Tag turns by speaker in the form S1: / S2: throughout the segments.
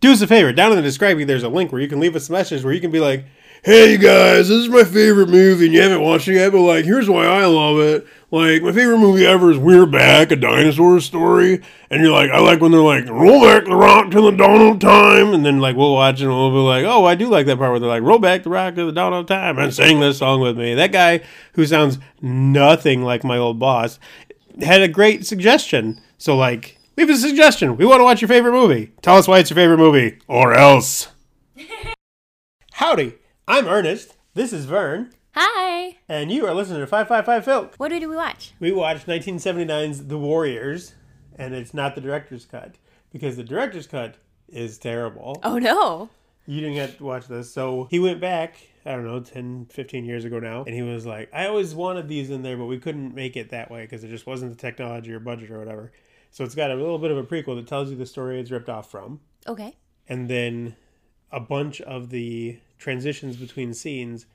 S1: do us a favor. Down in the describing, there's a link where you can leave us a message where you can be like, "Hey you guys, this is my favorite movie, and you haven't watched it yet, but like, here's why I love it. Like, my favorite movie ever is We're Back, a dinosaur story." And you're like, "I like when they're like, roll back the rock till the dawn of time," and then like we'll watch it and we'll be like, "Oh, I do like that part where they're like, roll back the rock till the dawn of time," and sing this song with me. That guy who sounds nothing like my old boss had a great suggestion. So like, leave us a suggestion. We want to watch your favorite movie. Tell us why it's your favorite movie, or else. Howdy, I'm Ernest. This is Vern,
S2: Hi.
S1: and you are listening to Five Five Five Film.
S2: What did we watch?
S1: We watched 1979's The Warriors, and it's not the director's cut because the director's cut is terrible.
S2: Oh no.
S1: You didn't get to watch this. So he went back, I don't know, 10, 15 years ago now, and he was like, I always wanted these in there, but we couldn't make it that way because it just wasn't the technology or budget or whatever. So it's got a little bit of a prequel that tells you the story it's ripped off from.
S2: Okay.
S1: And then a bunch of the transitions between scenes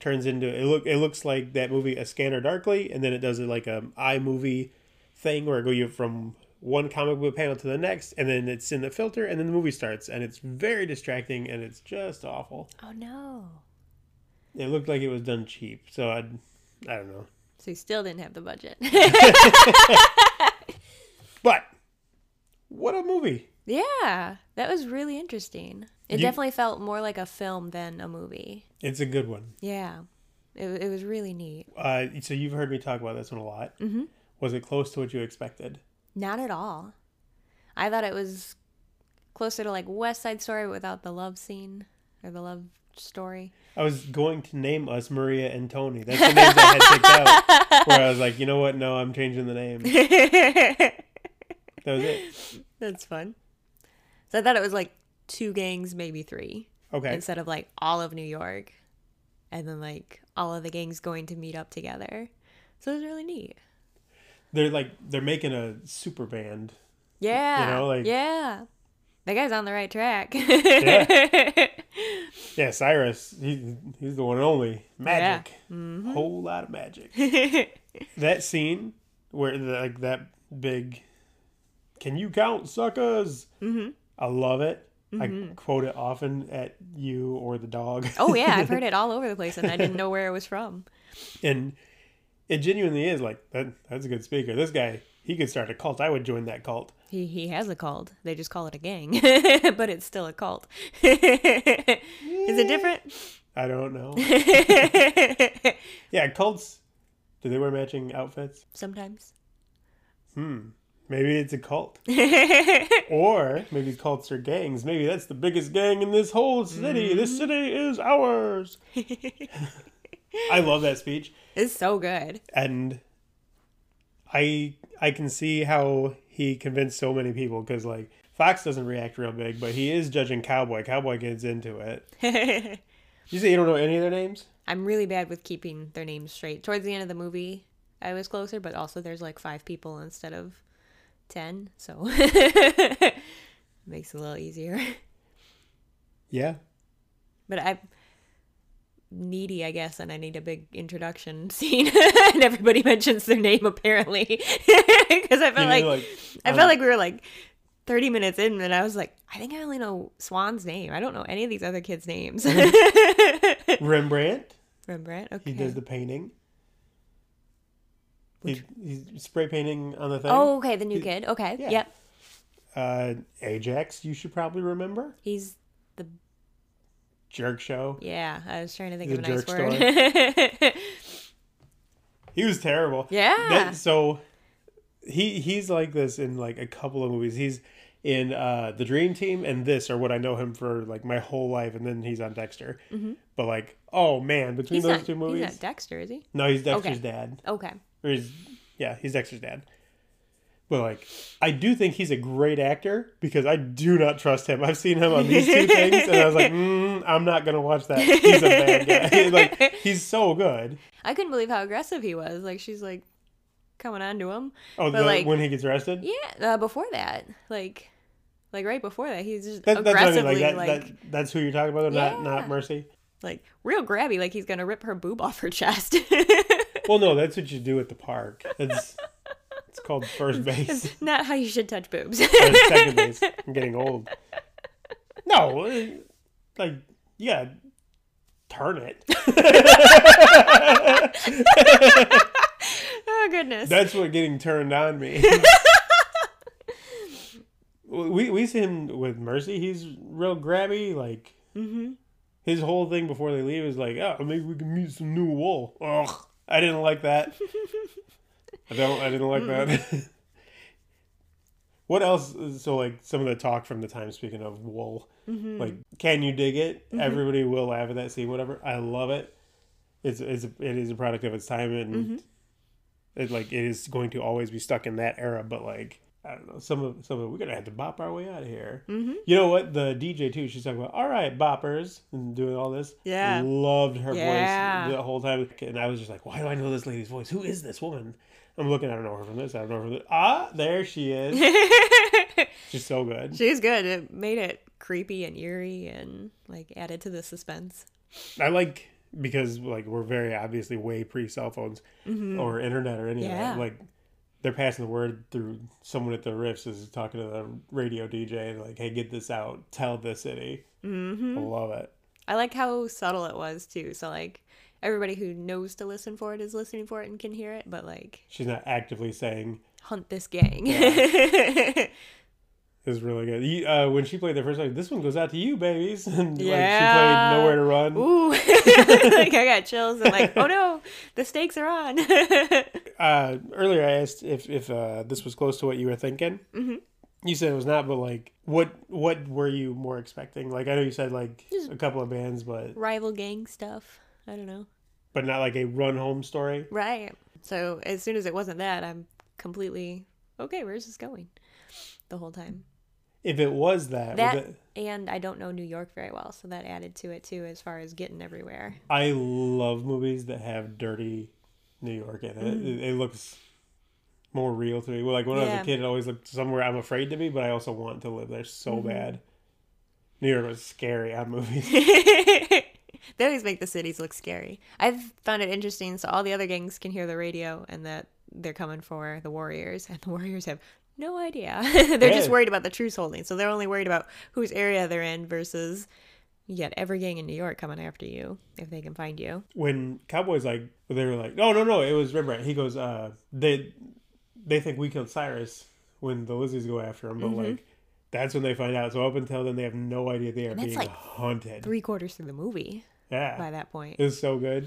S1: turns into it look it looks like that movie A Scanner Darkly, and then it does it like a iMovie thing where it go you from one comic book panel to the next, and then it's in the filter, and then the movie starts, and it's very distracting, and it's just awful.
S2: Oh no.
S1: It looked like it was done cheap, so I, I don't know,
S2: So you still didn't have the budget.
S1: but what a movie!
S2: yeah. That was really interesting. It
S1: You-
S2: definitely felt more like a film than a movie.
S1: It's a good one.
S2: Yeah. It, it was really neat.
S1: Uh, so you've heard me talk about this one a lot. Mm-hmm. Was it close to what you expected?
S2: Not at all. I thought it was closer to like West Side Story without the love scene or the love story.
S1: I was going to name us Maria and Tony. That's the names I had picked out. Where I was like, you know what? No, I'm changing the name. That was it.
S2: That's fun. So I thought it was like two gangs, maybe three.
S1: Okay.
S2: instead of like all of New York and then like all of the gangs going to meet up together. So it was really neat.
S1: They're like they're making a super band.
S2: Yeah.
S1: know, like-
S2: yeah. That guy's on the right track.
S1: Yeah, Cyrus. He, he's the one and only. Magic. Whole lot of magic. that scene where the, like that big. Can you count suckers? Mm-hmm. I love it. I quote it often at you or the dog.
S2: oh yeah, I've heard it all over the place and I didn't know where it was from.
S1: and it genuinely is like that that's a good speaker this guy he could start a cult i would join that cult
S2: He he has a cult. They just call it a gang. but it's still a cult. Is it
S1: i don't know
S2: different?
S1: yeah cults do they wear matching outfits
S2: Sometimes.
S1: maybe it's a cult or maybe cults are gangs maybe that's the biggest gang in this whole city this city is ours i love that speech
S2: It's so good.
S1: and i i can see how he convinced so many people because like fox doesn't react real big but he is judging cowboy cowboy gets into it you say you don't know any of their names
S2: I'm really bad with keeping their names straight. Towards the end of the movie, I was closer, but also there's like five people instead of ten, so makes it a little easier.
S1: yeah
S2: But I'm needy, I guess, and I need a big introduction scene, and everybody mentions their name apparently because I felt
S1: You
S2: like,
S1: knew, like,
S2: I
S1: um,
S2: felt like we were like. 30 minutes in and I was like, I think I only know Swan's name. I don't know any of these other kids' names.
S1: rembrandt
S2: Rembrandt? Okay.
S1: he does the painting he, he's spray painting on the thing
S2: Oh, okay, the new kid. Okay.
S1: yeah.
S2: Yep.
S1: uh ajax you should probably remember
S2: He's the
S1: jerk show
S2: yeah. I was trying to think
S1: He's
S2: of a
S1: a
S2: nice
S1: jerk store.
S2: word.
S1: he was terrible
S2: Yeah.
S1: That- so he he's like this in like a couple of movies he's in uh the dream team and this are what i know him for like my whole life and then he's on dexter but like oh man between
S2: Mm-hmm. he's
S1: those
S2: not.
S1: two movies
S2: He's not Dexter, is he?
S1: no he's dexter's
S2: Okay.
S1: dad
S2: Okay.
S1: or he's yeah he's dexter's dad but like i do think he's a great actor because i do not trust him i've seen him on these two things and i was like mm, i'm not gonna watch that he's a bad guy like he's so good
S2: I couldn't believe how aggressive he was. Like she's like coming on to him.
S1: oh
S2: But,
S1: the,
S2: like-
S1: when he gets arrested
S2: Yeah. Uh, before that, like, like right before that, he's just
S1: That, that's what I mean.
S2: aggressively
S1: Like, that,
S2: like,
S1: that, that's who you're talking about, though, not
S2: Yeah.
S1: not Mercy.
S2: like real grabby. Like he's gonna rip her boob off her chest.
S1: Well, no, that's what you do at the park. It's it's called first base
S2: Not how you should touch boobs.
S1: or second base. I'm getting old. No, eh, like yeah, turn it.
S2: Oh goodness.
S1: That's what getting turned on me. we we see him with Mercy. He's real grabby. Like
S2: mm-hmm.
S1: his whole thing before they leave is like, oh, maybe we can meet some new wool. Ugh, I didn't like that. I don't. I didn't like that. what else? is- So like some of the talk from the time. Speaking of wool,
S2: Mm-hmm.
S1: like can you dig it? Everybody will laugh at that scene. Whatever. I love it. It's it's it is a product of its time and.
S2: Mm-hmm.
S1: It, like it is going to always be stuck in that era, but like I don't know, some of some of we're gonna have to bop our way out of here.
S2: Mm-hmm.
S1: You know what? The DJ too. She's talking about, all right, boppers, and doing all this.
S2: Yeah.
S1: loved her
S2: Yeah.
S1: voice the whole time, and I was just like, why do I know this lady's voice? Who is this woman? I'm looking. I don't know her from this. I don't know her from this. Ah, there she is. She's so good.
S2: She's good. It made it creepy and eerie and like added to the suspense.
S1: I like because like we're very obviously way pre cell phones or internet or any of
S2: Mm-hmm. Yeah.
S1: that. Like they're passing the word through someone at the riffs is talking to the radio DJ and like, hey, get this out, tell the city. Mm-hmm. I love it.
S2: I like how subtle it was too. So like everybody who knows to listen for it is listening for it and can hear it, but like
S1: She's not actively saying
S2: hunt this gang.
S1: this is really good. You, uh, when she played the first time, this one goes out to you, babies. and
S2: Yeah.
S1: like she played Nowhere to Run.
S2: Ooh, like I got chills and like, oh no, the stakes are on.
S1: uh, earlier I asked if if uh, this was close to what you were thinking. Mm-hmm. You said it was not, but like, what what were you more expecting? Like, I know you said like a couple of bands, but
S2: Rival gang stuff. I don't know.
S1: but not like a run home story.
S2: Right. So as soon as it wasn't that, I'm completely okay. Where's this going? The whole time.
S1: If it was that,
S2: That
S1: was it,
S2: and I don't know New York very well, so that added to it too, as far as getting everywhere.
S1: I love movies that have dirty New York in it. It, it looks more real to me. Well, like when I was
S2: Mm-hmm. Yeah.
S1: a kid, it always looked somewhere I'm afraid to be, but I also want to live there so
S2: Mm-hmm.
S1: bad. New York was scary on movies.
S2: they always make the cities look scary. I've found it interesting. So all the other gangs can hear the radio and that they're coming for the warriors, and the warriors have no idea. they're just
S1: Yeah.
S2: worried about the truce holding, so they're only worried about whose area they're in versus you got every gang in New York coming after you if they can find you.
S1: when Cowboys like they were like, no, no, no, it was Rembrandt. He goes, uh, they they think we killed Cyrus when the Lizzies go after him, but
S2: Mm-hmm.
S1: like that's when they find out. So up until then, they have no idea they are
S2: that's,
S1: being
S2: like,
S1: hunted.
S2: Three quarters through the movie by
S1: yeah,
S2: that point.
S1: it was so good.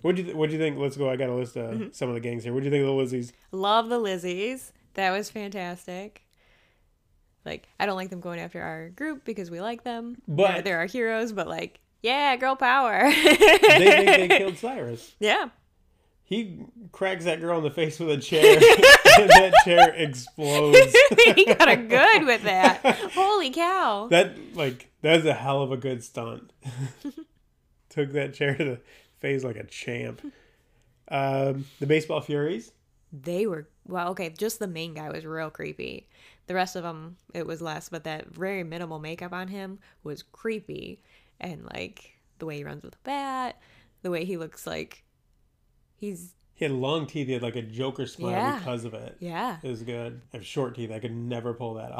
S1: What do you What do you think? Let's go. I got a list of
S2: Mm-hmm.
S1: some of the gangs here. What do you think of the Lizzies?
S2: Love the Lizzies. That was fantastic. Like, I don't like them going after our group because we like them.
S1: But-
S2: they're, they're our heroes, but like, yeah, girl power.
S1: They think they killed Cyrus.
S2: yeah.
S1: He cracks that girl in the face with a chair, and that chair explodes.
S2: he got a good with that. Holy cow.
S1: That like that's a hell of a good stunt. Took that chair to the face like a champ. Um, the baseball furies.
S2: They were, well, okay, just the main guy was real creepy. The rest of them, it was less, but that very minimal makeup on him was creepy. And like, the way he runs with a bat, the way he looks like he's,
S1: He had long teeth. He had like a Joker smile
S2: Yeah.
S1: because of it.
S2: yeah.
S1: It was good. I have short teeth. I could never pull that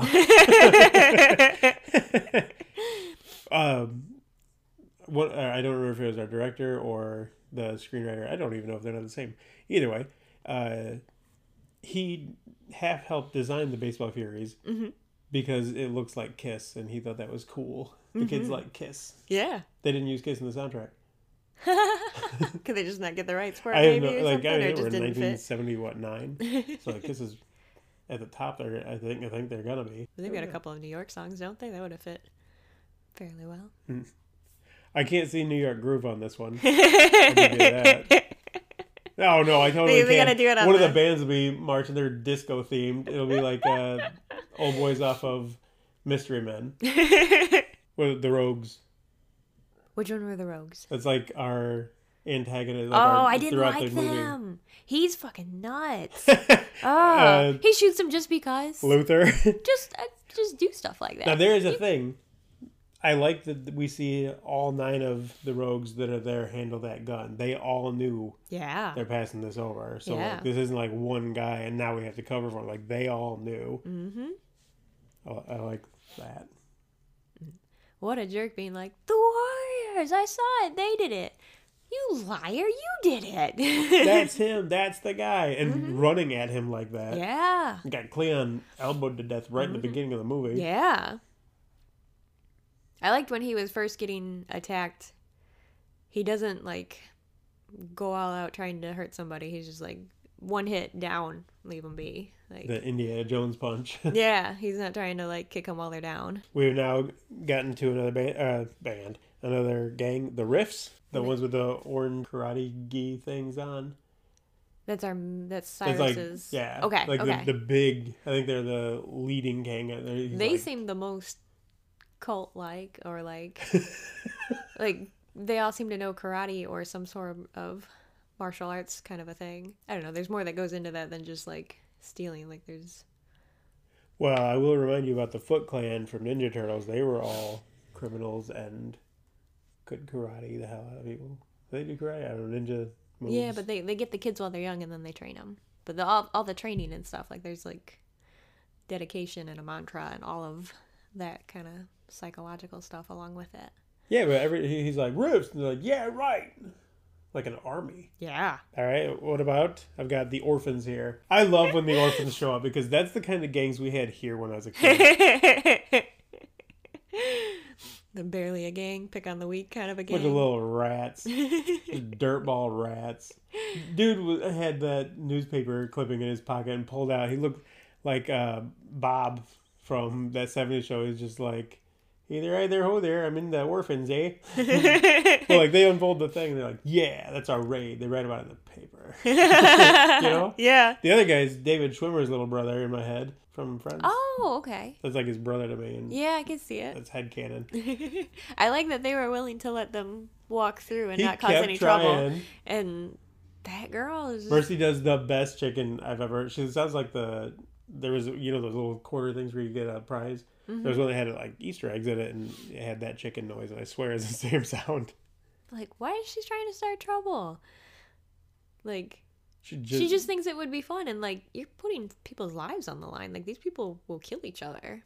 S1: off. um, what uh, I don't remember if it was our director or the screenwriter. I don't even know if they're not the same. Either way, uh, he half helped design the Baseball Furies
S2: Mm-hmm.
S1: because it looks like Kiss, and he thought that was cool. The
S2: Mm-hmm.
S1: kids like Kiss.
S2: Yeah.
S1: They didn't use Kiss in the soundtrack.
S2: Could they just not get the rights for it,
S1: I have
S2: maybe,
S1: no
S2: or
S1: like.
S2: something,
S1: I
S2: or
S1: mean,
S2: it
S1: we're
S2: just
S1: in
S2: didn't
S1: nineteen
S2: fit?
S1: seventy what nine, so like Kiss is at the top. There, I think. I think they're gonna be.
S2: They've got a couple of New York songs, don't they? That would have fit fairly well.
S1: I can't see New York Groove on this one. I'll give you that. No, no, I totally
S2: They- they
S1: can.
S2: gotta do it on
S1: one of the
S2: the-
S1: bands will be marching. They're disco themed. It'll be like uh, old boys off of Mystery Men. What are the Rogues.
S2: Which one were the Rogues?
S1: That's like our antagonist. Like
S2: Oh,
S1: our,
S2: I didn't
S1: throughout
S2: like
S1: the movie.
S2: them. He's fucking nuts. Oh,
S1: Uh,
S2: he shoots him just because.
S1: Luther.
S2: Just, uh, just do stuff like
S1: now
S2: that.
S1: there is a thing. I like that we see all nine of the rogues that are there handle that gun. They all knew
S2: Yeah,
S1: they're passing this over. So
S2: Yeah.
S1: like, this isn't like one guy, and now we have to cover for him. Oh,
S2: Mm-hmm.
S1: Like they all knew. Mm-hmm. I, I like that.
S2: What a jerk being like, the Warriors, I saw it, they did it. You liar, you did it.
S1: That's him. That's the guy. And running at him like that.
S2: Mm-hmm. yeah. Mm-hmm.
S1: Got Cleon elbowed to death right in the beginning of the movie.
S2: Yeah. I liked when he was first getting attacked. He doesn't like go all out trying to hurt somebody. He's just like one hit down, leave them be. Like
S1: The Indiana Jones punch.
S2: yeah, he's not trying to like kick them while they're down.
S1: We've now gotten to another band, uh, band, another gang, the Riffs, the
S2: Mm-hmm.
S1: ones with the orange karate gi things on.
S2: That's our that's
S1: It's like,
S2: Cyrus's.
S1: yeah,
S2: Okay.
S1: like
S2: okay.
S1: The, the big. I think they're the leading gang. out there. He's
S2: they
S1: like,
S2: seem the most cult like or like like they all seem to know karate or some sort of martial arts kind of a thing. I don't know, there's more that goes into that than just like stealing. Like there's
S1: well, I will remind you about the Foot Clan from Ninja Turtles. They were all criminals and could karate the hell out of people. They do karate. I don't know ninja. Moves.
S2: Yeah, but they, they get the kids while they're young and then they train them. But the, all all the training and stuff like there's like dedication and a mantra and all of that kind of psychological stuff along with it.
S1: yeah, but every he- he's like Riffs, and they're like, yeah, right, like an army.
S2: Yeah.
S1: All right, what about? I've got the orphans here. I love when the orphans show up because that's the kind of gangs we had here when I was a kid.
S2: the barely a gang, pick on the weak kind of a
S1: Bunch of
S2: gang.
S1: little rats, dirtball rats. Dude wa- had that newspaper clipping in his pocket and pulled out. He looked like uh, Bob from that '70s show. He's just like, "Hey there, hey there, ho there! I'm in the orphans, eh?" well, like they unfold the thing. And they're like, "Yeah, that's our raid." They write about it in the paper. you know?
S2: Yeah.
S1: The other guy is David Schwimmer's little brother in my head from Friends.
S2: Oh, okay.
S1: That's like his brother to me, and
S2: Yeah, I can see it.
S1: that's headcanon.
S2: I like that they were willing to let them walk through and
S1: He
S2: not cause
S1: kept
S2: any trouble.
S1: trying.
S2: And that girl is
S1: Mercy does the best chicken I've ever. She sounds like the there was you know those little quarter things where you get a prize.
S2: Mm-hmm.
S1: There was one that had like Easter eggs in it, and it had that chicken noise, and I swear it's the same sound.
S2: like, why is she trying to start trouble? Like,
S1: She just,
S2: she just thinks it would be fun, and like, you're putting people's lives on the line. Like, these people will kill each other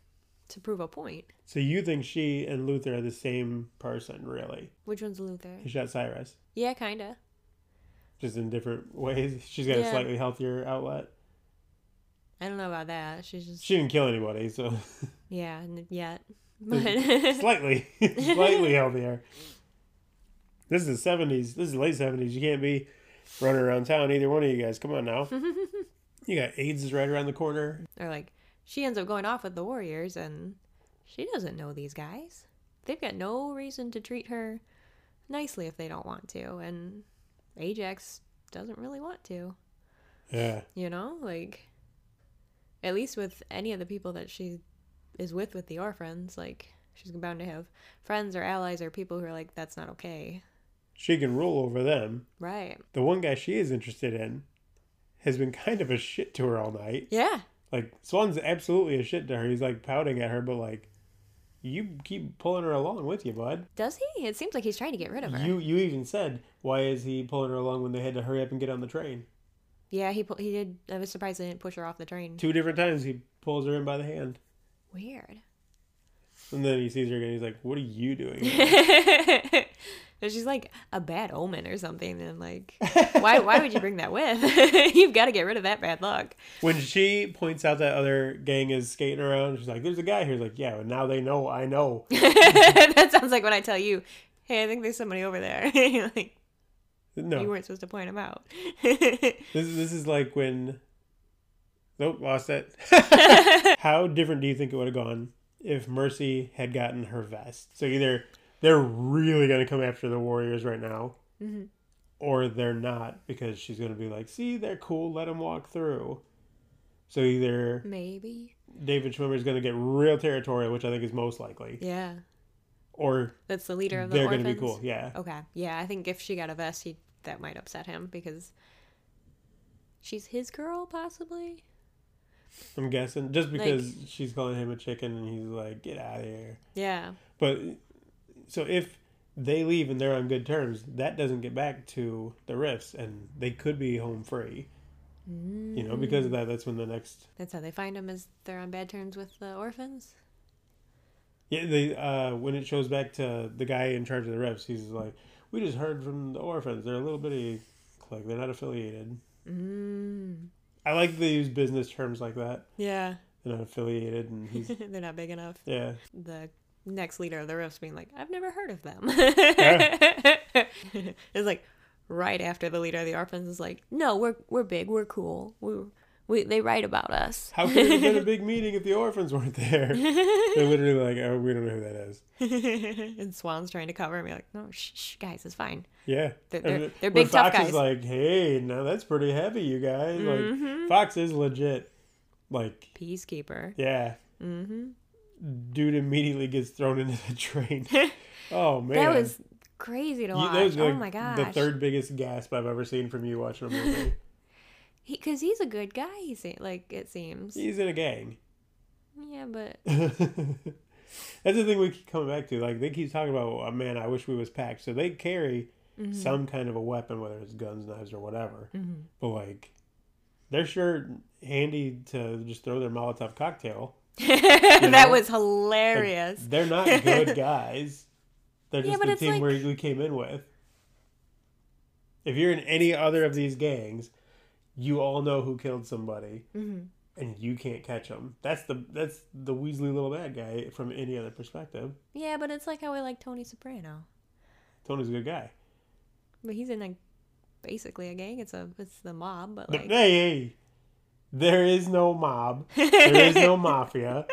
S2: to prove a point.
S1: so you think she and Luther are the same person, really?
S2: Which one's Luther?
S1: He shot Cyrus
S2: Yeah, kinda.
S1: just in different ways. She's got a
S2: Yeah.
S1: slightly healthier outlet.
S2: I don't know about that. She's just
S1: She didn't kill anybody, so
S2: yeah, n- yet. But
S1: slightly, slightly healthier. This is the seventies. This is the late seventies. You can't be running around town. Either one of you guys, come on now. you got AIDS is right around the corner.
S2: or like she ends up going off with the warriors, and she doesn't know these guys. They've got no reason to treat her nicely if they don't want to, and Ajax doesn't really want to.
S1: Yeah,
S2: You know, like at least with any of the people that she is with with the orphans, like she's bound to have friends or allies or people who are like, that's not okay,
S1: she can rule over them.
S2: right?
S1: The one guy she is interested in has been kind of a shit to her all night.
S2: Yeah,
S1: Like Swan's absolutely a shit to her. He's like pouting at her, but like, you keep pulling her along with you, bud.
S2: does he? It seems like he's trying to get rid of her.
S1: You you even said, why is he pulling her along when they had to hurry up and get on the train?
S2: Yeah, he pu- he did. I was surprised they didn't push her off the train.
S1: Two different times he pulls her in by the hand.
S2: Weird.
S1: And then he sees her again. He's like, "What are you doing?"
S2: and she's like a bad omen or something. And like, why why would you bring that with? You've got to get rid of that bad luck.
S1: when she points out that other gang is skating around, she's like, "There's a guy here." He's like, "Yeah, but now they know. I know."
S2: that sounds like when I tell you, hey, I think there's somebody over there. You're like, you
S1: No,
S2: weren't supposed to point him out.
S1: this is, this is like when. Nope, lost it. How different do you think it would have gone if Mercy had gotten her vest? So either they're really going to come after the Warriors right now,
S2: Mhm.
S1: or they're not because she's going to be like, "See, they're cool. Let them walk through." So either
S2: Maybe.
S1: David Schwimmer is going to get real territorial, which I think is most likely,
S2: Yeah,
S1: or
S2: that's the leader of the
S1: they're
S2: orphans.
S1: going to be cool. Yeah,
S2: Okay. Yeah, I think if she got a vest, he that might upset him because she's his girl, possibly.
S1: I'm guessing just because she's calling him a chicken and he's like, "Get out of here."
S2: Yeah.
S1: But so if they leave and they're on good terms, that doesn't get back to the Rifts, and they could be home free. You know, because of that, that's when the next
S2: That's how they find them is they're on bad terms with the orphans.
S1: Yeah, they uh, when it shows back to the guy in charge of the refs, he's like, "We just heard from the orphans. They're a little bitty clique. They're not affiliated."
S2: Mm.
S1: I like they use business terms like that.
S2: Yeah.
S1: They're not affiliated, and he's
S2: They're not big enough.
S1: yeah.
S2: The next leader of the roast being like, I've never heard of them.
S1: Yeah.
S2: it's like right after the leader of the orphans is like, No, we're we're big, we're cool. We we they write about us.
S1: How could it have been a big meeting if the orphans weren't there? They're literally like, "Oh, we don't know who that is."
S2: and Swan's trying to cover him. You're like, no, shh, shh, guys, it's fine.
S1: Yeah,
S2: They're- they're-
S1: And
S2: they're
S1: when
S2: big, tough
S1: Fox
S2: guys.
S1: is like, "Hey, now that's pretty heavy, you guys."
S2: Mm-hmm.
S1: Like, Fox is legit. Like,
S2: Peacekeeper.
S1: yeah, mm-hmm. dude immediately gets thrown into the train. oh man,
S2: That was crazy to
S1: You-
S2: watch.
S1: that was,
S2: oh
S1: like,
S2: my gosh.
S1: the third biggest gasp I've ever seen from you watching a movie.
S2: Because he's a good guy, he se- like, it seems.
S1: He's in a gang.
S2: Yeah, but
S1: That's the thing we keep coming back to. Like they keep talking about, oh, man, I wish we was packed. So they carry
S2: Mm-hmm.
S1: some kind of a weapon, whether it's guns, knives, or whatever. But like, they're sure handy to just throw their Molotov cocktail.
S2: that
S1: know?
S2: was
S1: Like,
S2: hilarious.
S1: they're not good guys. They're
S2: Yeah,
S1: just
S2: but
S1: the
S2: it's
S1: team
S2: like-
S1: where we came in with. If you're in any other of these gangs, you all know who killed somebody,
S2: Mm-hmm.
S1: and you can't catch them. That's the that's the Weasley little bad guy from any other perspective.
S2: Yeah, but it's like how we like Tony Soprano,
S1: Tony's a good guy.
S2: but he's in like basically a gang. It's a it's the mob, but
S1: But
S2: like
S1: hey, hey, there is no mob. There is no mafia.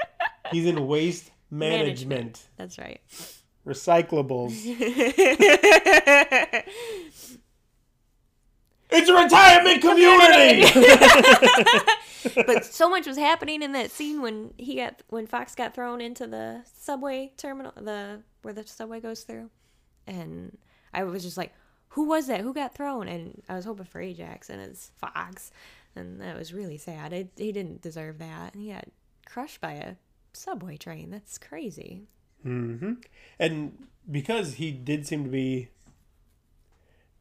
S1: He's in waste management,
S2: that's right.
S1: recyclables.
S2: it's
S1: It's a retirement community.
S2: but so much was happening in that scene when he got when Fox got thrown into the subway terminal, the where the subway goes through, and I was just like, "Who was that? Who got thrown?" And I was hoping for Ajax, and it's Fox, and that was really sad. It, he didn't deserve that, and he got crushed by a subway train. That's crazy.
S1: hmm And because he did seem to be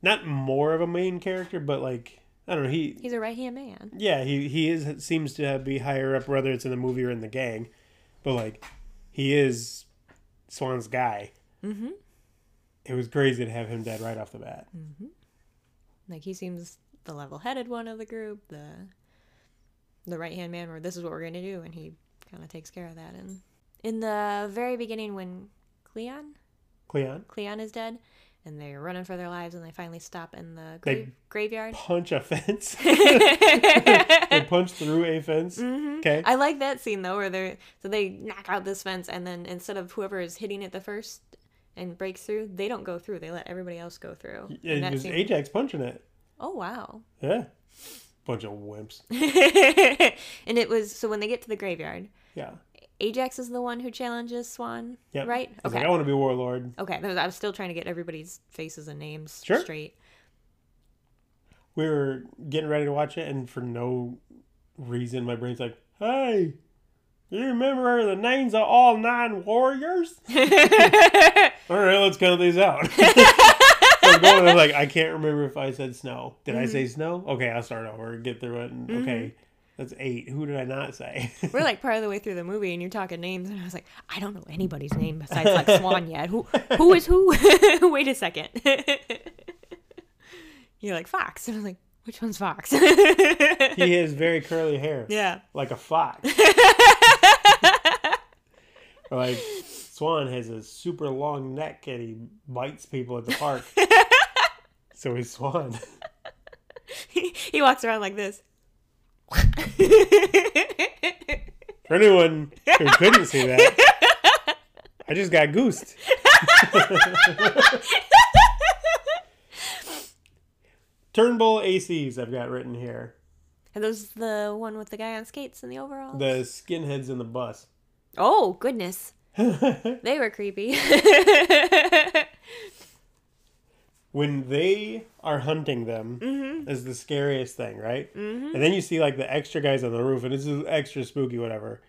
S1: not more of a main character, but like I don't know, he
S2: He's a right hand man.
S1: yeah he he is seems to have- be higher up whether it's in the movie or in the gang, but like he is Swan's guy. Mm-hmm. It was crazy to have him dead right off the bat.
S2: Mm. Like he seems the level-headed one of the group, the the right-hand man. Where this is what we're gonna do, and he kind of takes care of that. And in the very beginning, when Cleon
S1: Cleon
S2: Cleon is dead, and they're running for their lives, and they finally stop in the
S1: They-
S2: grave, graveyard.
S1: punch a fence. they
S2: I
S1: punch through a fence.
S2: Mm-hmm.
S1: Okay.
S2: like that scene though, where they're so they knock out this fence, and then instead of whoever is hitting it the first and breaks through, they don't go through. They let everybody else go through. And
S1: It
S2: that
S1: was
S2: scene-
S1: Ajax punching it.
S2: oh wow.
S1: Yeah. Bunch of wimps.
S2: and it was so when they get to the graveyard,
S1: Yeah.
S2: Ajax is the one who challenges Swan,
S1: Yep.
S2: right?
S1: He's
S2: Okay,
S1: like, I want to be warlord.
S2: okay. that was- I was still trying to get everybody's faces and names
S1: Sure.
S2: straight.
S1: we were getting ready to watch it, and for no reason, my brain's like, "Hey, you remember the names of all nine warriors?" all right, let's count these out. so I'm going, I'm like, I can't remember if I said snow. Did I say snow? Okay, I'll start over. Get through it. And, Okay, that's eight. Who did I not say?
S2: We're like part of the way through the movie, and you're talking names, and I was like, I don't know anybody's name besides like Swan yet. Who who is who? Wait a second. you're like Fox, and I was like, which one's Fox?
S1: he has very curly hair,
S2: yeah,
S1: like a fox. Or like Swan has a super long neck and he bites people at the park. so he's Swan.
S2: he walks around like this.
S1: For anyone who couldn't see that, I just got goosed. Turnbull ACs, I've got written here.
S2: Are those the one with the guy on skates and the overalls?
S1: The skinheads in the bus.
S2: Oh goodness, they were creepy.
S1: when they are hunting them is the scariest thing, right? And then you see like the extra guys on the roof, and this is extra spooky, whatever.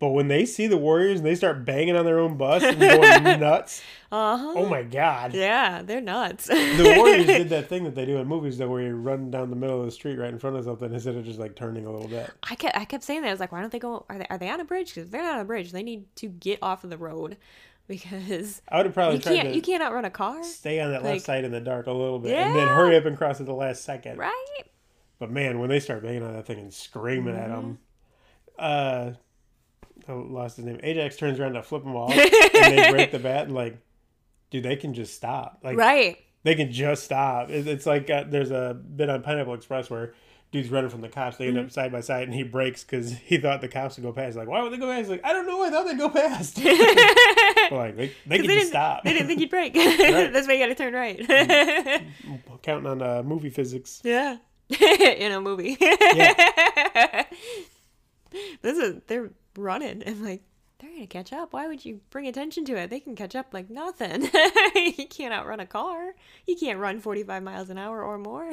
S1: But when they see the Warriors and they start banging on their own bus and going nuts,
S2: Uh huh.
S1: oh my god!
S2: Yeah, they're nuts.
S1: The Warriors did that thing that they do in movies though, where you run down the middle of the street right in front of something instead of just like turning a little bit.
S2: I kept I kept saying that I was like, why don't they go? Are they, are they on a bridge? Because they're not on a bridge. They need to get off of the road because
S1: I would have probably
S2: you
S1: tried
S2: can't
S1: to
S2: you can't outrun a car,
S1: stay on that
S2: like-
S1: left side in the dark a little bit and then
S2: Yeah.
S1: hurry up and cross at the last second.
S2: right?
S1: But man, when they start banging on that thing and screaming at him,
S2: Mm-hmm.
S1: uh, I lost his name. Ajax turns around to flip him off, and they break the bat. And like, dude, they can just stop. Like,
S2: Right.
S1: they can just stop. It- It's like uh, there's a bit on Pineapple Express where dude's running from the cops. They
S2: Mm-hmm.
S1: end up side by side, and he breaks because he thought the cops would go past. Like, why would they go past? He's like, I don't know. I thought they'd go past. But, like, they, they
S2: 'Cause
S1: can
S2: they
S1: just
S2: didn't-
S1: stop. Mm-hmm.
S2: They didn't think you'd break. That's why you got to turn right.
S1: Counting on uh, movie physics.
S2: yeah. In a movie. this is they're running and like they're gonna catch up. Why would you bring attention to it? They can catch up like nothing. you can't outrun a car. You can't run forty five miles an hour or more.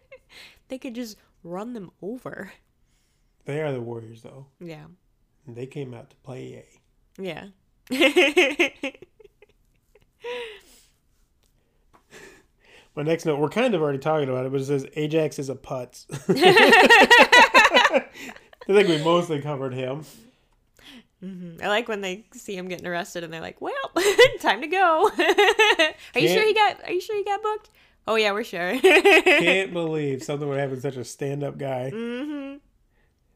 S2: they could just run them over.
S1: They are the Warriors, though.
S2: Yeah.
S1: And they came out to play.
S2: Yeah.
S1: My next note, we're kind of already talking about it, but it says Ajax is a putz. I think we mostly covered him.
S2: I like when they see him getting arrested and they're like, "Well, time to go." are you
S1: Can't-
S2: sure he got? Are you sure he got booked? Oh yeah, we're sure.
S1: Can't believe something would happen to such a stand up guy.
S2: hmm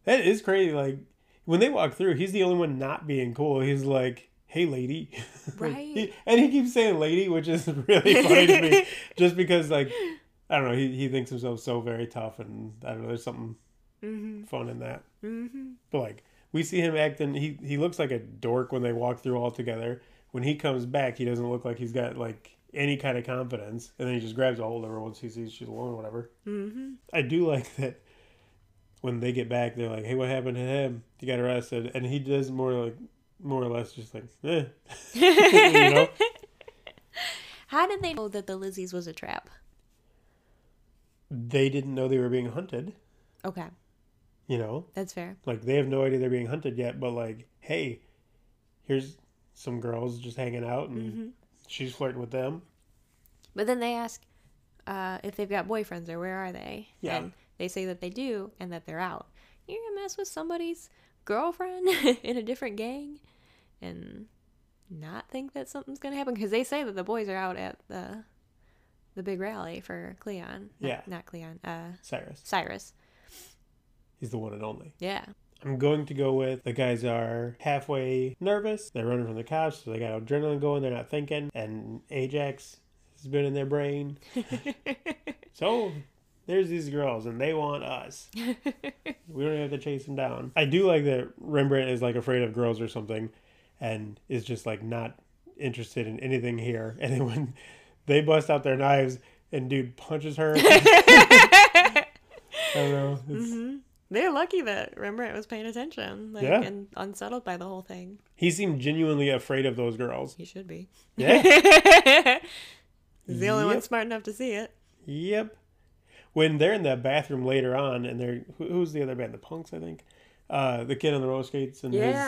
S1: That is crazy. Like, when they walk through, he's the only one not being cool. He's like, hey, lady. Like, he-
S2: Right.
S1: and he keeps saying lady, which is really funny to me, just because, like, I don't know, he, he thinks himself so very tough, and I don't know, there's something
S2: Mhm.
S1: fun in that.
S2: hmm
S1: But like we see him acting, he he looks like a dork when they walk through all together. When he comes back, he doesn't look like he's got like any kind of confidence, and then he just grabs a hold of her once he sees she's alone or whatever.
S2: hmm
S1: I do like that when they get back, they're like, "Hey, what happened to him? He got arrested," and he does more like more or less just like, eh. you know,
S2: How did they know that the Lizzie's was a trap?
S1: they didn't know they were being hunted.
S2: Okay,
S1: You know,
S2: that's fair.
S1: like they have no idea they're being hunted yet, but like, hey, here's some girls just hanging out, and she's flirting with them.
S2: But then they ask uh, if they've got boyfriends or where are they?
S1: Yeah.
S2: And they say that they do and that they're out. You're gonna mess with somebody's girlfriend in a different gang and not think that something's gonna happen because they say that the boys are out at the the big rally for Cleon. Not-
S1: Yeah.
S2: Not Cleon. Uh,
S1: Cyrus.
S2: Cyrus.
S1: He's the one and only.
S2: Yeah.
S1: I'm going to go with the guys are halfway nervous. They're running from the cops, so they got adrenaline going. They're not thinking, and Ajax has been in their brain. So there's these girls, and they want us. we don't have to chase them down. I do like that Rembrandt is like afraid of girls or something, and is just like not interested in anything here. And then when they bust out their knives, and dude punches her. I don't know. It's,
S2: They're lucky that Rembrandt was paying attention like,
S1: Yeah.
S2: and unsettled by the whole thing.
S1: He seemed genuinely afraid of those girls.
S2: He should be.
S1: Yeah.
S2: He's the only one
S1: Yep.
S2: smart enough to see it.
S1: Yep. When they're in that bathroom later on, and they're who, who's the other band? The Punks, I think. Uh, the kid on the roller skates and his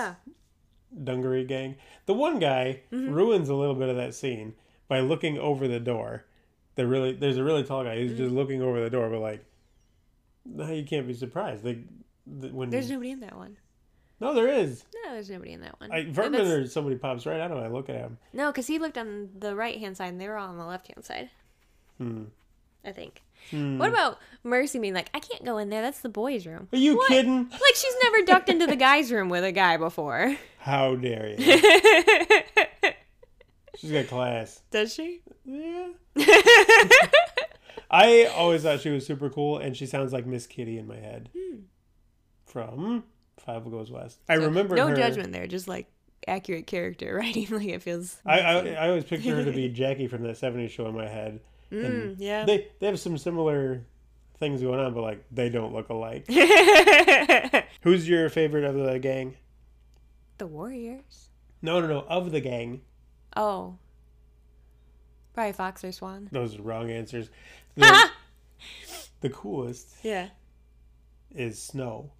S1: dungaree gang. The one guy
S2: Mm-hmm.
S1: ruins a little bit of that scene by looking over the door. The really there's a really tall guy. He's just
S2: Mm-hmm.
S1: looking over the door, but like, no, you can't be surprised. They, the, when
S2: There's nobody in that one.
S1: no, there is.
S2: No, there's nobody in that one.
S1: I,
S2: No,
S1: Vermin
S2: that's-
S1: or somebody pops right out of. it. I look at him.
S2: no, because he looked on the right hand side and they were all on the left hand side.
S1: Hmm.
S2: I think.
S1: Hmm.
S2: What about Mercy being like, I can't go in there. That's the boys' room.
S1: Are you
S2: What?
S1: kidding?
S2: Like she's never ducked into the guys' room with a guy before.
S1: How dare you? She's got class.
S2: Does she?
S1: Yeah. I always thought she was super cool, and she sounds like Miss Kitty in my head
S2: Hmm.
S1: from Five Goes West. I remember
S2: no
S1: her-
S2: judgment there. Just like accurate character writing. Like it feels.
S1: I, I I always picture her to be Jackie from that '70s show in my head.
S2: Mm, yeah.
S1: They they have some similar things going on, but like they don't look alike. Who's your favorite of the gang?
S2: the Warriors.
S1: No, no, no, of the gang.
S2: Oh. Probably Fox or Swan.
S1: Those are wrong answers. The, the coolest
S2: Yeah.
S1: is Snow.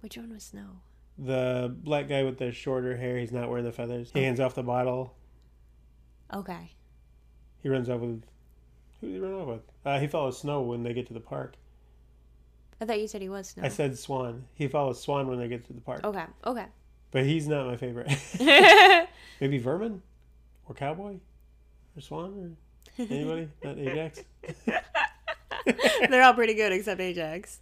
S2: Which one was Snow?
S1: The black guy with the shorter hair, he's not wearing the feathers. He hands off the bottle.
S2: Okay.
S1: He runs off with. Who did he run off with? Uh, he follows Snow when they get to the park.
S2: I thought you said he was Snow.
S1: I said Swan. He follows Swan when they get to the park.
S2: okay. Okay.
S1: But he's not my favorite. Maybe Vermin? Or Cowboy? Or Swan? Or anybody? not Ajax?
S2: They're all pretty good except Ajax.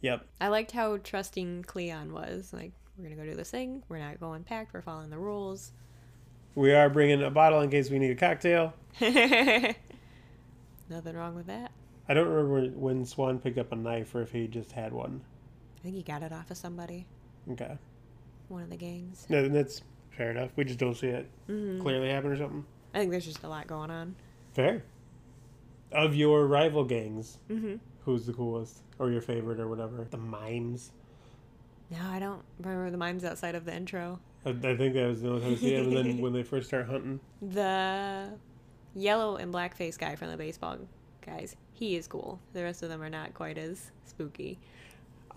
S1: Yep.
S2: I liked how trusting Cleon was. Like, we're gonna go do this thing. We're not going packed. We're following the rules.
S1: We are bringing a bottle in case we need a cocktail.
S2: Nothing wrong with that.
S1: I don't remember when- when Swan picked up a knife or if he just had one.
S2: I think he got it off of somebody,
S1: Okay.
S2: one of the gangs.
S1: No, then that's fair enough. We just don't see it
S2: Mhm.
S1: clearly happen or something.
S2: I think there's just a lot going on.
S1: Fair. Of your rival gangs,
S2: Mhm.
S1: who's the coolest or your favorite or whatever? The mimes.
S2: No, I don't remember the mimes outside of the intro.
S1: I, I think that was the only time I see them. And then when they first start hunting,
S2: The yellow and blackface guy from the baseball guys, he is cool. The rest of them are not quite as spooky.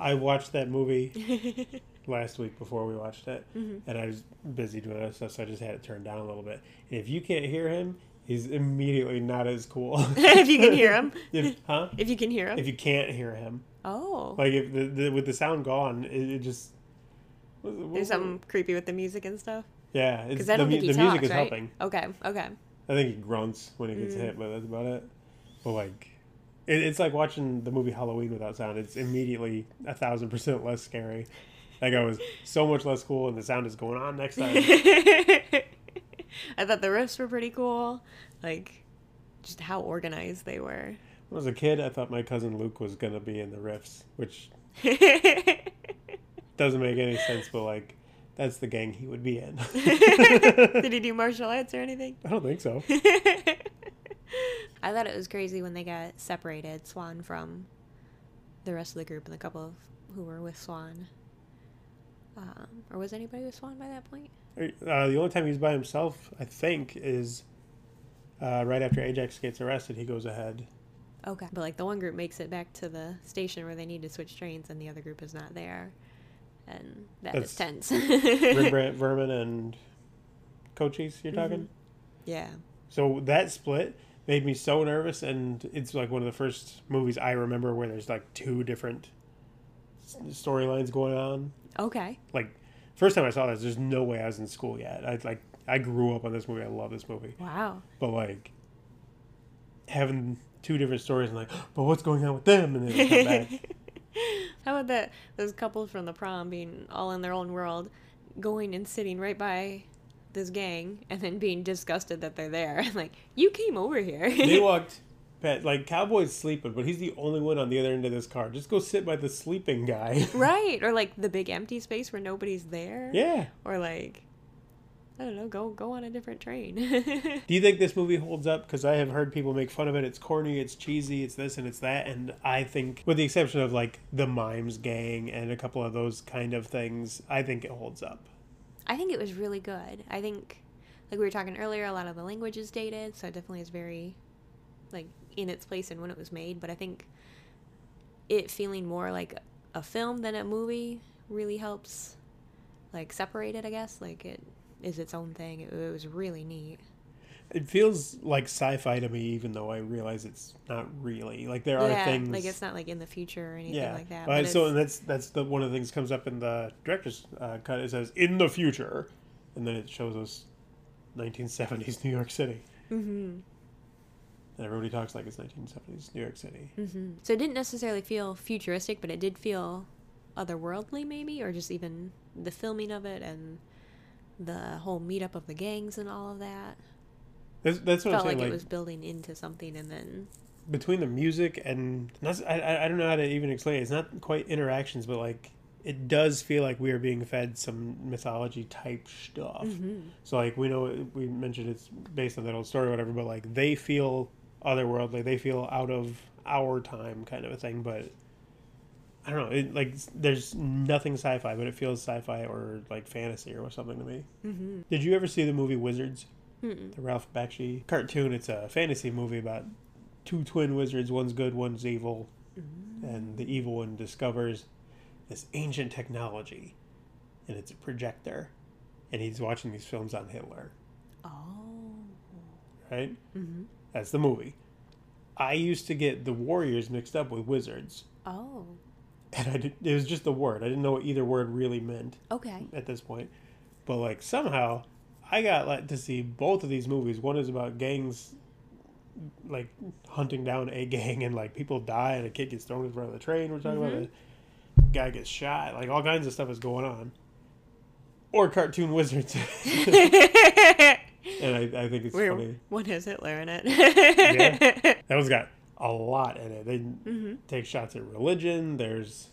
S1: I watched that movie last week before we watched it,
S2: Mm-hmm.
S1: and I was busy doing other stuff, so I just had it turned down a little bit. And if you can't hear him, he's immediately not as cool.
S2: if you can hear him.
S1: if, huh?
S2: If you can hear him.
S1: If you can't hear him,
S2: oh.
S1: like if the, the with the sound gone, it, it just what- what-
S2: There's something creepy with the music and stuff.
S1: Yeah, it's,
S2: Because I
S1: the,
S2: don't
S1: mu-
S2: think he
S1: the
S2: talks,
S1: music is
S2: right? Mm.
S1: helping.
S2: Okay, okay.
S1: I think he grunts when he gets hit, but that's about it. But like, it, it's like watching the movie Halloween without sound. It's immediately a thousand percent less scary. Like I was so much less cool, and the sound is going on next time.
S2: I thought the riffs were pretty cool. Like, just how organized they were.
S1: When I was a kid, I thought my cousin Luke was gonna be in the riffs, which
S2: Did
S1: doesn't make any sense, but like that's the gang he would be in.
S2: he do martial arts or anything?
S1: I don't think so.
S2: I thought it was crazy when they got separated, Swan from the rest of the group and the couple of who were with Swan. Um, or was anybody with Swan by that point?
S1: Uh, the only time he's by himself, I think, is uh, right after Ajax gets arrested. He goes ahead.
S2: Okay. But like the one group makes it back to the station where they need to switch trains and the other group is not there. And that is tense.
S1: Rembrandt, Vermin, and Cochise. You're talking.
S2: yeah.
S1: So that split made me so nervous, and it's like one of the first movies I remember where there's like two different s- storylines going on.
S2: Okay.
S1: Like first time I saw this, there's no way I was in school yet. I like I grew up on this movie. I love this movie,
S2: Wow.
S1: but like having two different stories and like, but what's going on with them? And then they come back.
S2: How about that? Those couples from the prom being all in their own world, going and sitting right by this gang, and then being disgusted that they're there. like, you came over here.
S1: they walked. Pat, like Cowboy's sleeping, but he's the only one on the other end of this car. Just go sit by the sleeping guy.
S2: right. Or like the big empty space where nobody's there.
S1: yeah.
S2: Or like, I don't know, go go on a different train.
S1: Do you think this movie holds up? Because I have heard people make fun of it. It's corny, it's cheesy, it's this and it's that. And I think, with the exception of like the Mimes gang and a couple of those kind of things, I think it holds up.
S2: I think it was really good. I think, like we were talking earlier, a lot of the language is dated, so it definitely is very, like, in its place and when it was made. But I think it feeling more like a film than a movie really helps, like, separate it, I guess. Like, it is its own thing. It, it was really neat.
S1: It feels like sci fi to me, even though I realize it's not really. Like there are
S2: yeah,
S1: things.
S2: like, it's not, like, in the future or anything
S1: yeah.
S2: like
S1: Uh,
S2: that. but
S1: so
S2: it's-
S1: and that's that's the one of the things comes up in the director's uh, cut. It says in the future, and then it shows us 1970s New York City,
S2: Mhm.
S1: and everybody talks like it's 1970s New York City.
S2: Mhm. So it didn't necessarily feel futuristic, but it did feel otherworldly, maybe, or just even the filming of it and the whole meetup of the gangs and all of that.
S1: That's, that's what I'm
S2: Felt
S1: saying.
S2: like, it was building into something, and then
S1: between the music and and that's, I, I- I don't know how to even explain it. It's not quite interactions, but like it does feel like we are being fed some mythology type stuff. So like we know we mentioned it's based on that old story or whatever, but like they feel otherworldly. They feel out of our time kind of a thing, but. I don't know. It, like, there's nothing sci-fi, but it feels sci-fi or like fantasy or something to me. Mm-hmm. Did you ever see the movie Wizards? The Ralph Bakshi cartoon. It's a fantasy movie about two twin wizards. One's good, one's evil, and the evil one discovers this ancient technology and it's a projector, and he's watching these films on Hitler.
S2: Oh.
S1: Right?
S2: Mhm.
S1: That's the movie. I used to get the Warriors mixed up with Wizards,
S2: Oh.
S1: and I did, it was just the word. I didn't know what either word really meant
S2: Okay.
S1: at this point, but like somehow I got like to see both of these movies. One is about gangs, like hunting down a gang, and like people die, and a kid gets thrown in front of the train. We're talking about a guy gets shot. Like all kinds of stuff is going on. Or cartoon wizards, and I, I think it's
S2: Where
S1: funny.
S2: one has Hitler in it.
S1: That one's got a lot in it. They take shots at religion. There's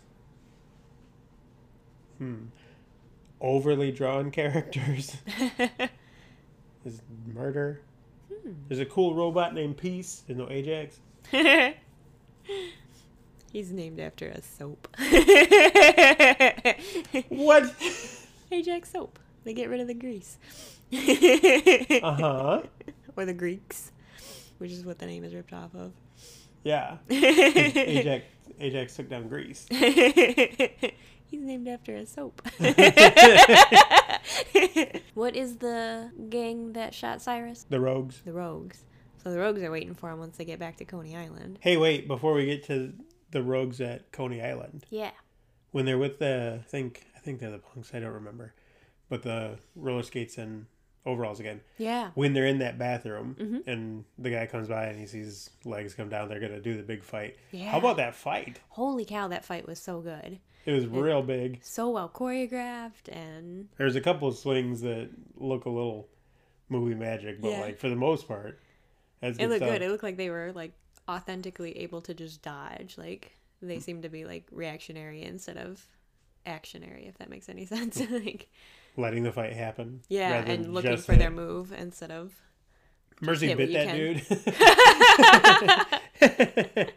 S1: hmm, overly drawn characters. There's murder. There's a cool robot named Peace. There's no Ajax.
S2: He's named after a soap.
S1: What?
S2: Ajax soap. They get rid of the grease.
S1: Uh huh.
S2: or the Greeks, which is what the name is ripped off of.
S1: Yeah. Ajax. Ajax took down Greece.
S2: He's named after a soap. what is the gang that shot Cyrus?
S1: The Rogues.
S2: The Rogues. So the Rogues are waiting for him once they get back to Coney Island.
S1: Hey, wait! Before we get to the Rogues at Coney Island,
S2: Yeah.
S1: when they're with the I think I think they're the punks, I don't remember. But the roller skates and overalls again.
S2: Yeah.
S1: When they're in that bathroom and the guy comes by and he sees legs come down, they're gonna do the big fight.
S2: Yeah.
S1: How about that fight?
S2: Holy cow, that fight was so good.
S1: It was real big.
S2: So well choreographed and
S1: There's a couple of swings that look a little movie magic, but
S2: Yeah.
S1: like for the most part, that's
S2: it
S1: good
S2: looked
S1: stuff.
S2: good. It looked like they were like authentically able to just dodge. Like they seemed to be like reactionary instead of actionary, if that makes any sense. like
S1: Letting the fight happen.
S2: yeah,
S1: rather
S2: and
S1: than
S2: looking
S1: just
S2: for
S1: hit.
S2: their move instead of
S1: Mercy
S2: hit what
S1: bit
S2: you
S1: that dude.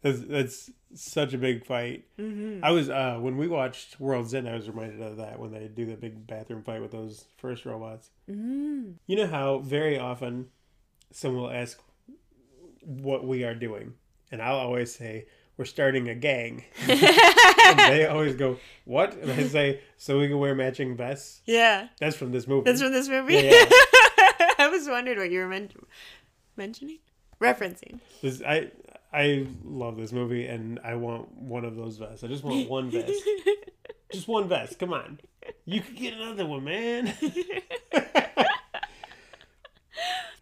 S1: that's, that's such a big fight.
S2: Mm-hmm.
S1: I was uh, when we watched World's End. I was reminded of that when they do the big bathroom fight with those first robots.
S2: mm,
S1: You know how very often someone will ask what we are doing, and I'll always say we're starting a gang. and they always go what? And I say so we can wear matching vests.
S2: yeah.
S1: That's from this movie.
S2: That's from this movie.
S1: Yeah, yeah.
S2: I was wondered what you were men- mentioning, referencing.
S1: This, I I love this movie, and I want one of those vests. I just want one vest, just one vest. Come on, you could get another one, man.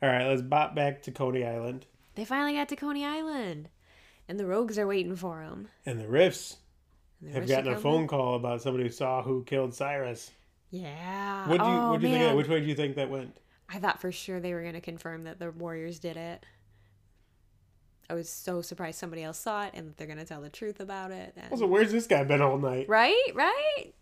S1: All right, let's bop back to Coney Island
S2: They finally got to Coney Island, and the rogues are waiting for them.
S1: and the Riffs have gotten a phone call about somebody who saw who killed Cyrus.
S2: Yeah.
S1: What do you
S2: oh,
S1: what do you think? Of
S2: man.
S1: that? Which way do you think that went?
S2: I thought for sure they were going to confirm that the Warriors did it. I was so surprised somebody else saw it and that they're going to tell the truth about it. and-
S1: Also, where's this guy been all night?
S2: right? Right?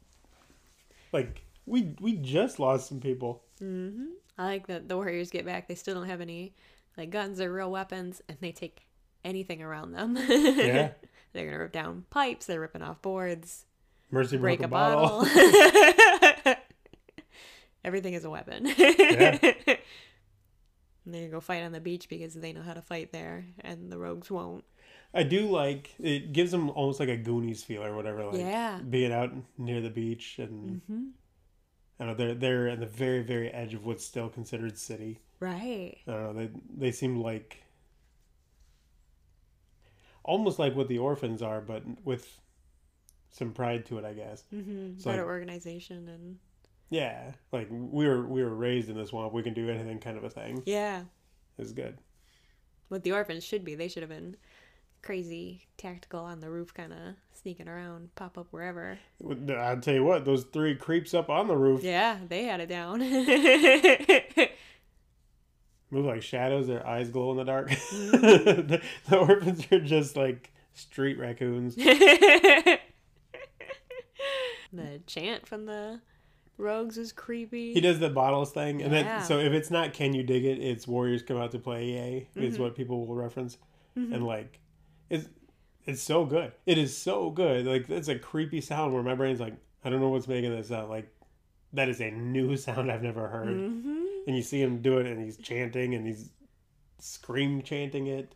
S1: Like we we just lost some people.
S2: Mm-hmm. I like that the Warriors get back. They still don't have any like guns or real weapons and they take anything around them.
S1: Yeah,
S2: they're going to rip down pipes. They're ripping off boards.
S1: Mercy broke
S2: break
S1: a,
S2: a
S1: bottle.
S2: bottle. Everything is a weapon. And they're gonna go fight on the beach because they know how to fight there, and the rogues won't.
S1: I do like it gives them almost like a Goonies feel or whatever, like mm.
S2: Yeah. Mm-hmm.
S1: being out near the beach
S2: Mm.
S1: and I don't know they're they're at the very very edge of what's still considered city.
S2: Right.
S1: I don't know they they seem like almost like what the orphans are, but with some pride to it, I guess.
S2: Mm-hmm.
S1: So,
S2: Better
S1: like-
S2: organization and
S1: Yeah, like we were we were raised in the swamp. We can do anything, kind of a thing.
S2: yeah,
S1: It's good.
S2: what the orphans should be. They should have been crazy, tactical on the roof, kind of sneaking around, pop up wherever.
S1: I'll tell you what, those three creeps up on the roof
S2: Yeah, they had it down.
S1: move like shadows. Their eyes glow in the dark.
S2: Mm-hmm.
S1: the, the orphans are just like street raccoons.
S2: the chant from the rogues was creepy.
S1: He does the bottles thing, and
S2: Yeah.
S1: then so if it's not "Can you dig it," it's "Warriors come out to play." Yay!
S2: Mm-hmm.
S1: Is what people will reference, and like, it's it's so good. It is so good. Like it's a creepy sound where my brain's like, I don't know what's making that sound. Like that is a new sound I've never heard.
S2: hmm
S1: And you see him do it, and he's chanting, and he's scream chanting it.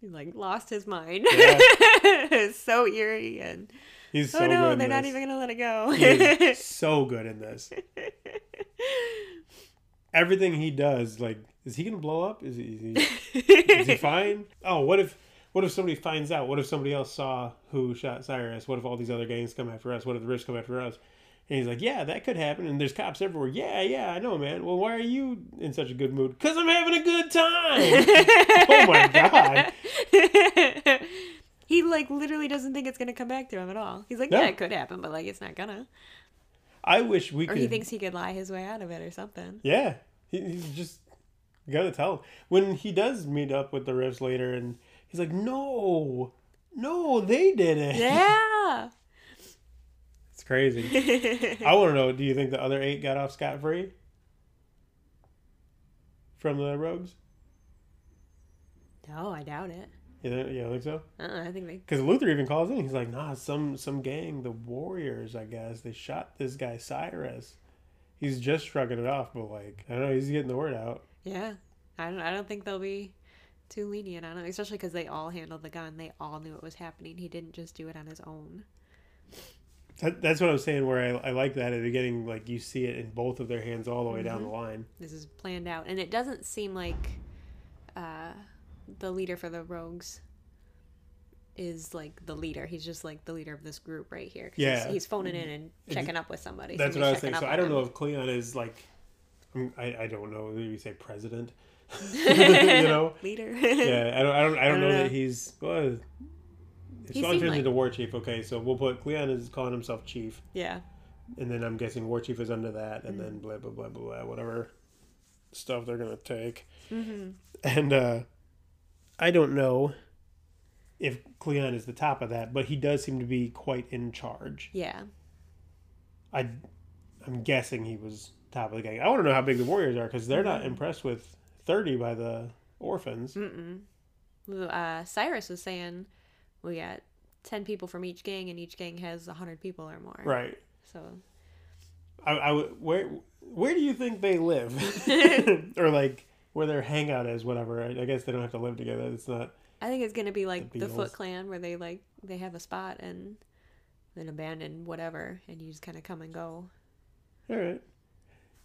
S2: He like lost his mind.
S1: Yeah.
S2: it's so eerie and
S1: He's so
S2: oh no,
S1: good.
S2: they're
S1: in
S2: not
S1: this.
S2: even gonna let it go.
S1: He is so good in this. Everything he does, like, is he gonna blow up? Is he, is he is he fine? Oh, what if what if somebody finds out? What if somebody else saw who shot Cyrus? What if all these other gangs come after us? What if the rich come after us? And he's like, yeah, that could happen. And there's cops everywhere. Yeah, yeah, I know, man. Well, why are you in such a good mood? Because I'm having a good time.
S2: oh
S1: my
S2: god. He like literally doesn't think it's gonna come back to him at all. He's like,
S1: No.
S2: yeah, it could happen, but like it's not gonna.
S1: I wish we
S2: Or
S1: could.
S2: he thinks he could lie his way out of it or something.
S1: yeah, he, he's just you gotta tell him when he does meet up with the riffs later, and he's like, no, no, they did it.
S2: Yeah.
S1: it's crazy. I want to know. Do you think the other eight got off scot free from the rogues?
S2: no, Oh, I doubt it.
S1: You think, you think so?
S2: Uh-uh, I think they.
S1: Because Luther even calls in. He's like, "Nah, some some gang, the warriors, I guess, they shot this guy Cyrus. He's just shrugging it off, but like, I don't know, he's getting the word out.
S2: Yeah, I don't. I don't think they'll be too lenient on him, especially because they all handled the gun. They all knew it was happening. He didn't just do it on his own.
S1: That, that's what I'm saying. Where I, I like that at the beginning, like you see it in both of their hands all the way
S2: Mm-hmm.
S1: down the line.
S2: This is planned out, and it doesn't seem like uh, the leader for the Rogues is like the leader. He's just like the leader of this group right here. 'cause he's-
S1: Yeah.
S2: he's, phoning in and checking up with somebody.
S1: That's what I was
S2: Somebody's
S1: saying. So
S2: checking
S1: I don't know
S2: up
S1: if Cleon is like, I'm- I I don't know. Maybe you say president. you know.
S2: on him. leader.
S1: yeah, I don't, I don't, I don't know,
S2: know.
S1: that he's. Well, if
S2: He
S1: Sean
S2: seemed
S1: turns
S2: like-
S1: into war chief, okay, so we'll put Cleon is calling himself chief,
S2: yeah.
S1: and then I'm guessing war chief is under that, and then blah blah blah blah blah, whatever stuff they're gonna take,
S2: Mm-hmm.
S1: and uh I don't know if Cleon is the top of that, but he does seem to be quite in charge.
S2: Yeah.
S1: I, I'm guessing he was top of the gang. I want to know how big the warriors are because they're
S2: Mm-hmm.
S1: not impressed with thirty by the orphans.
S2: uh, Cyrus was saying we got 10 people from each gang and each gang has 100 people or more.
S1: Right.
S2: So
S1: I, I would- where where do you think they live, or like where their hangout is? Whatever. I, I guess they don't have to live together. It's not.
S2: I think it's going to be like
S1: The
S2: the,
S1: Beatles.
S2: Foot Clan where they like they have a spot and then abandon whatever and you just kind of come and go.
S1: All right.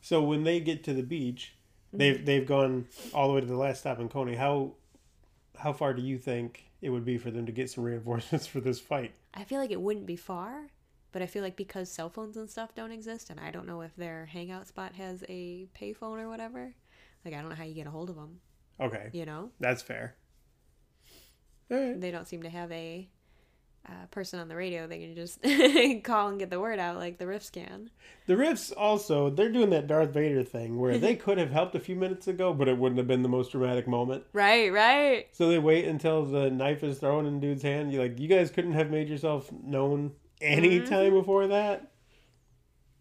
S1: So when they get to the beach, they've they've gone all the way to the last stop in Coney. How how far do you think it would be for them to get some reinforcements for this fight?
S2: I feel like it wouldn't be far, but I feel like because cell phones and stuff don't exist and I don't know if their hangout spot has a payphone or whatever. Like I don't know how you get a hold of them,
S1: Okay,
S2: you know?
S1: that's fair. All right.
S2: they don't seem to have a uh, person on the radio they can just call and get the word out like the riffs can
S1: The Riffs also they're doing that Darth Vader thing where they could have helped a few minutes ago, but it wouldn't have been the most dramatic moment.
S2: right right
S1: So they wait until the knife is thrown in dude's hand. You like you guys couldn't have made yourself known any
S2: Mm-hmm.
S1: time before that.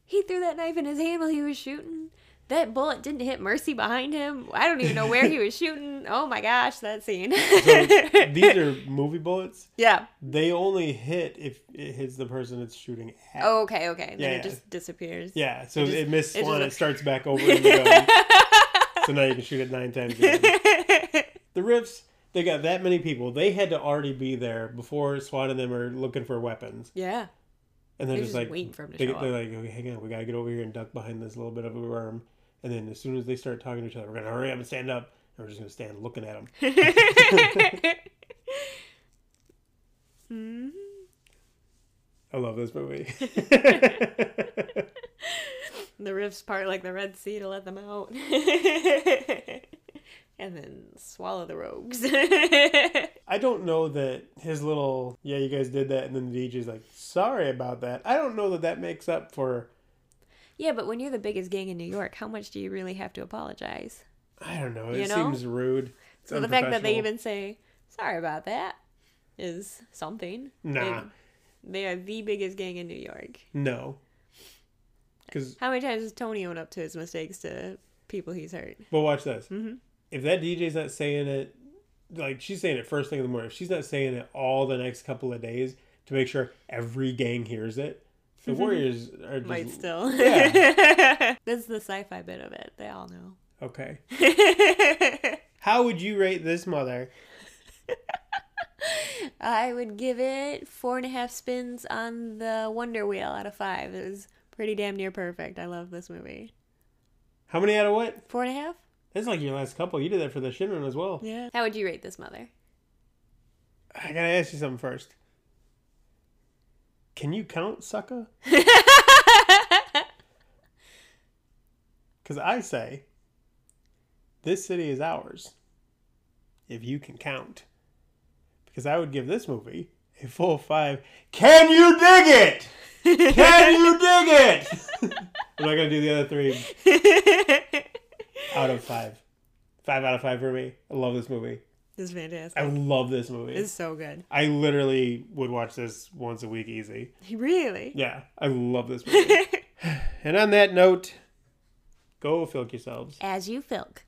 S2: he threw that knife in his hand while he was shooting that bullet didn't hit mercy behind him i don't even know where he was shooting oh my gosh that scene
S1: So these are movie bullets.
S2: yeah
S1: They only hit if it hits the person it's shooting at.
S2: oh, okay okay and then
S1: Yeah,
S2: it
S1: yeah.
S2: just disappears
S1: Yeah, so
S2: It
S1: it,
S2: just-
S1: missed
S2: it just
S1: one, it,
S2: like-
S1: starts back over in the gun. so now you can shoot it nine times. Again. The Riffs, they got that many people. They had to already be there before Swan and them are looking for weapons.
S2: yeah
S1: And they're
S2: They're
S1: just,
S2: just
S1: like
S2: waiting for 'em to
S1: they,
S2: show
S1: are
S2: up.
S1: like, okay, hang on, we gotta get over here and duck behind this little bit of a worm. And then as soon as they start talking to each other, we're gonna hurry up and stand up. And we're just gonna stand looking at them.
S2: Mhm.
S1: I love this movie.
S2: The rifts part like the Red Sea to let them out. and then swallow the rogues.
S1: I don't know that his little yeah, you guys did that, and then the DJ's like, sorry about that. I don't know that that makes up for
S2: yeah, but when you're the biggest gang in New York, how much do you really have to apologize?
S1: I don't know. It
S2: You know?
S1: seems rude. It's
S2: So the fact that they
S1: unprofessional.
S2: even say, sorry about that, is something.
S1: Nah.
S2: They, they are the biggest gang in New York.
S1: no, because
S2: How many times does Tony own up to his mistakes to people he's hurt?
S1: but watch this.
S2: Mm-hmm.
S1: If that DJ's not saying it, like she's saying it first thing in the morning. If she's not saying it all the next couple of days to make sure every gang hears it, the Warriors are just
S2: Mm-hmm. Might still.
S1: Yeah.
S2: That's the sci fi bit of it. They all know.
S1: okay. How would you rate this mother?
S2: I would give it four and a half spins on the Wonder Wheel out of five. It was pretty damn near perfect. I love this movie.
S1: How many out of what?
S2: Four and a half?
S1: That's like your last couple. You did that for the Shinran as well.
S2: Yeah. How would you rate this mother?
S1: I gotta ask you something first. Can you count sucker? Because I say, this city is ours. If you can count. Because I would give this movie a full five. Can you dig it? Can you dig it? I'm not gonna do the other three out of five. Five out of five for me. I love this movie.
S2: This is
S1: I
S2: fantastic.
S1: love this movie.
S2: It's so good.
S1: I literally would watch this once a week easy.
S2: Really?
S1: Yeah, I love this movie. and on that note, go filk yourselves.
S2: As you filk.